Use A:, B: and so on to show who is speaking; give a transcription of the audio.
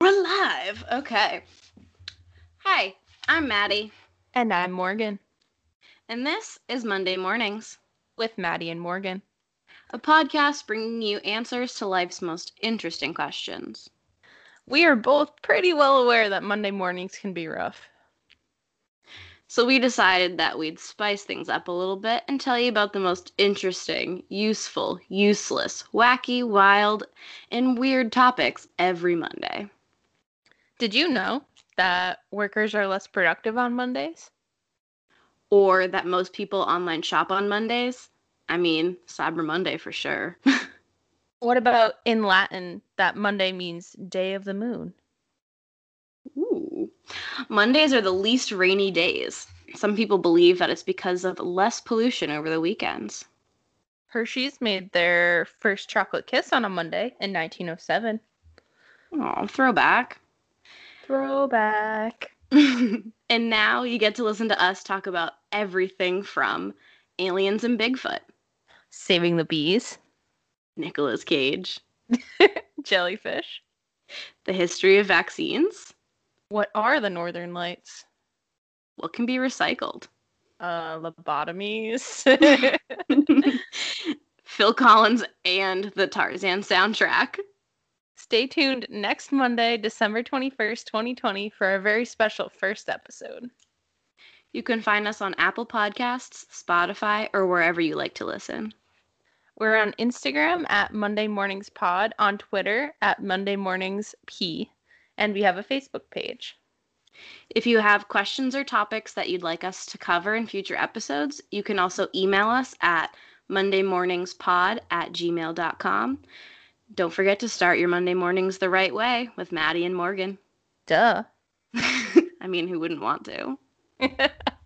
A: We're live. Okay. Hi, I'm Maddie,
B: And I'm Morgan
A: and this is Monday Mornings,
B: with Maddie and Morgan.
A: a podcast bringing you answers to life's most interesting questions.
B: We are both pretty well aware that Monday mornings can be rough.
A: So, we decided that we'd spice things up a little bit and tell you about the most interesting, useful, useless, wacky, wild, and weird topics every Monday.
B: Did you know that workers are less productive on Mondays?
A: Or that most people online shop on Mondays. I mean, Cyber Monday for sure.
B: What about in Latin that Monday means day of the moon?
A: Ooh. Mondays are the least rainy days. Some people believe that it's because of less pollution over the weekends.
B: Hershey's made their first chocolate kiss on a Monday in 1907.
A: Oh, throwback.
B: Throwback.
A: and now you get to listen to us talk about everything from aliens and Bigfoot,
B: Saving the bees.
A: Nicolas Cage,
B: Jellyfish.
A: the history of vaccines,
B: What are the northern lights?
A: what can be recycled,
B: Uh, lobotomies.
A: Phil Collins and the Tarzan soundtrack.
B: Stay tuned next Monday, December 21st, 2020, for our very special first episode.
A: You can find us on Apple Podcasts, Spotify, or wherever you like to listen.
B: We're on Instagram at Monday Mornings Pod, on Twitter at Monday Mornings P, and we have a Facebook page.
A: If you have questions or topics that you'd like us to cover in future episodes, you can also email us at mondaymorningspod at gmail.com. Don't forget to start your Monday mornings the right way with Maddie and Morgan.
B: Duh.
A: I mean, who wouldn't want to?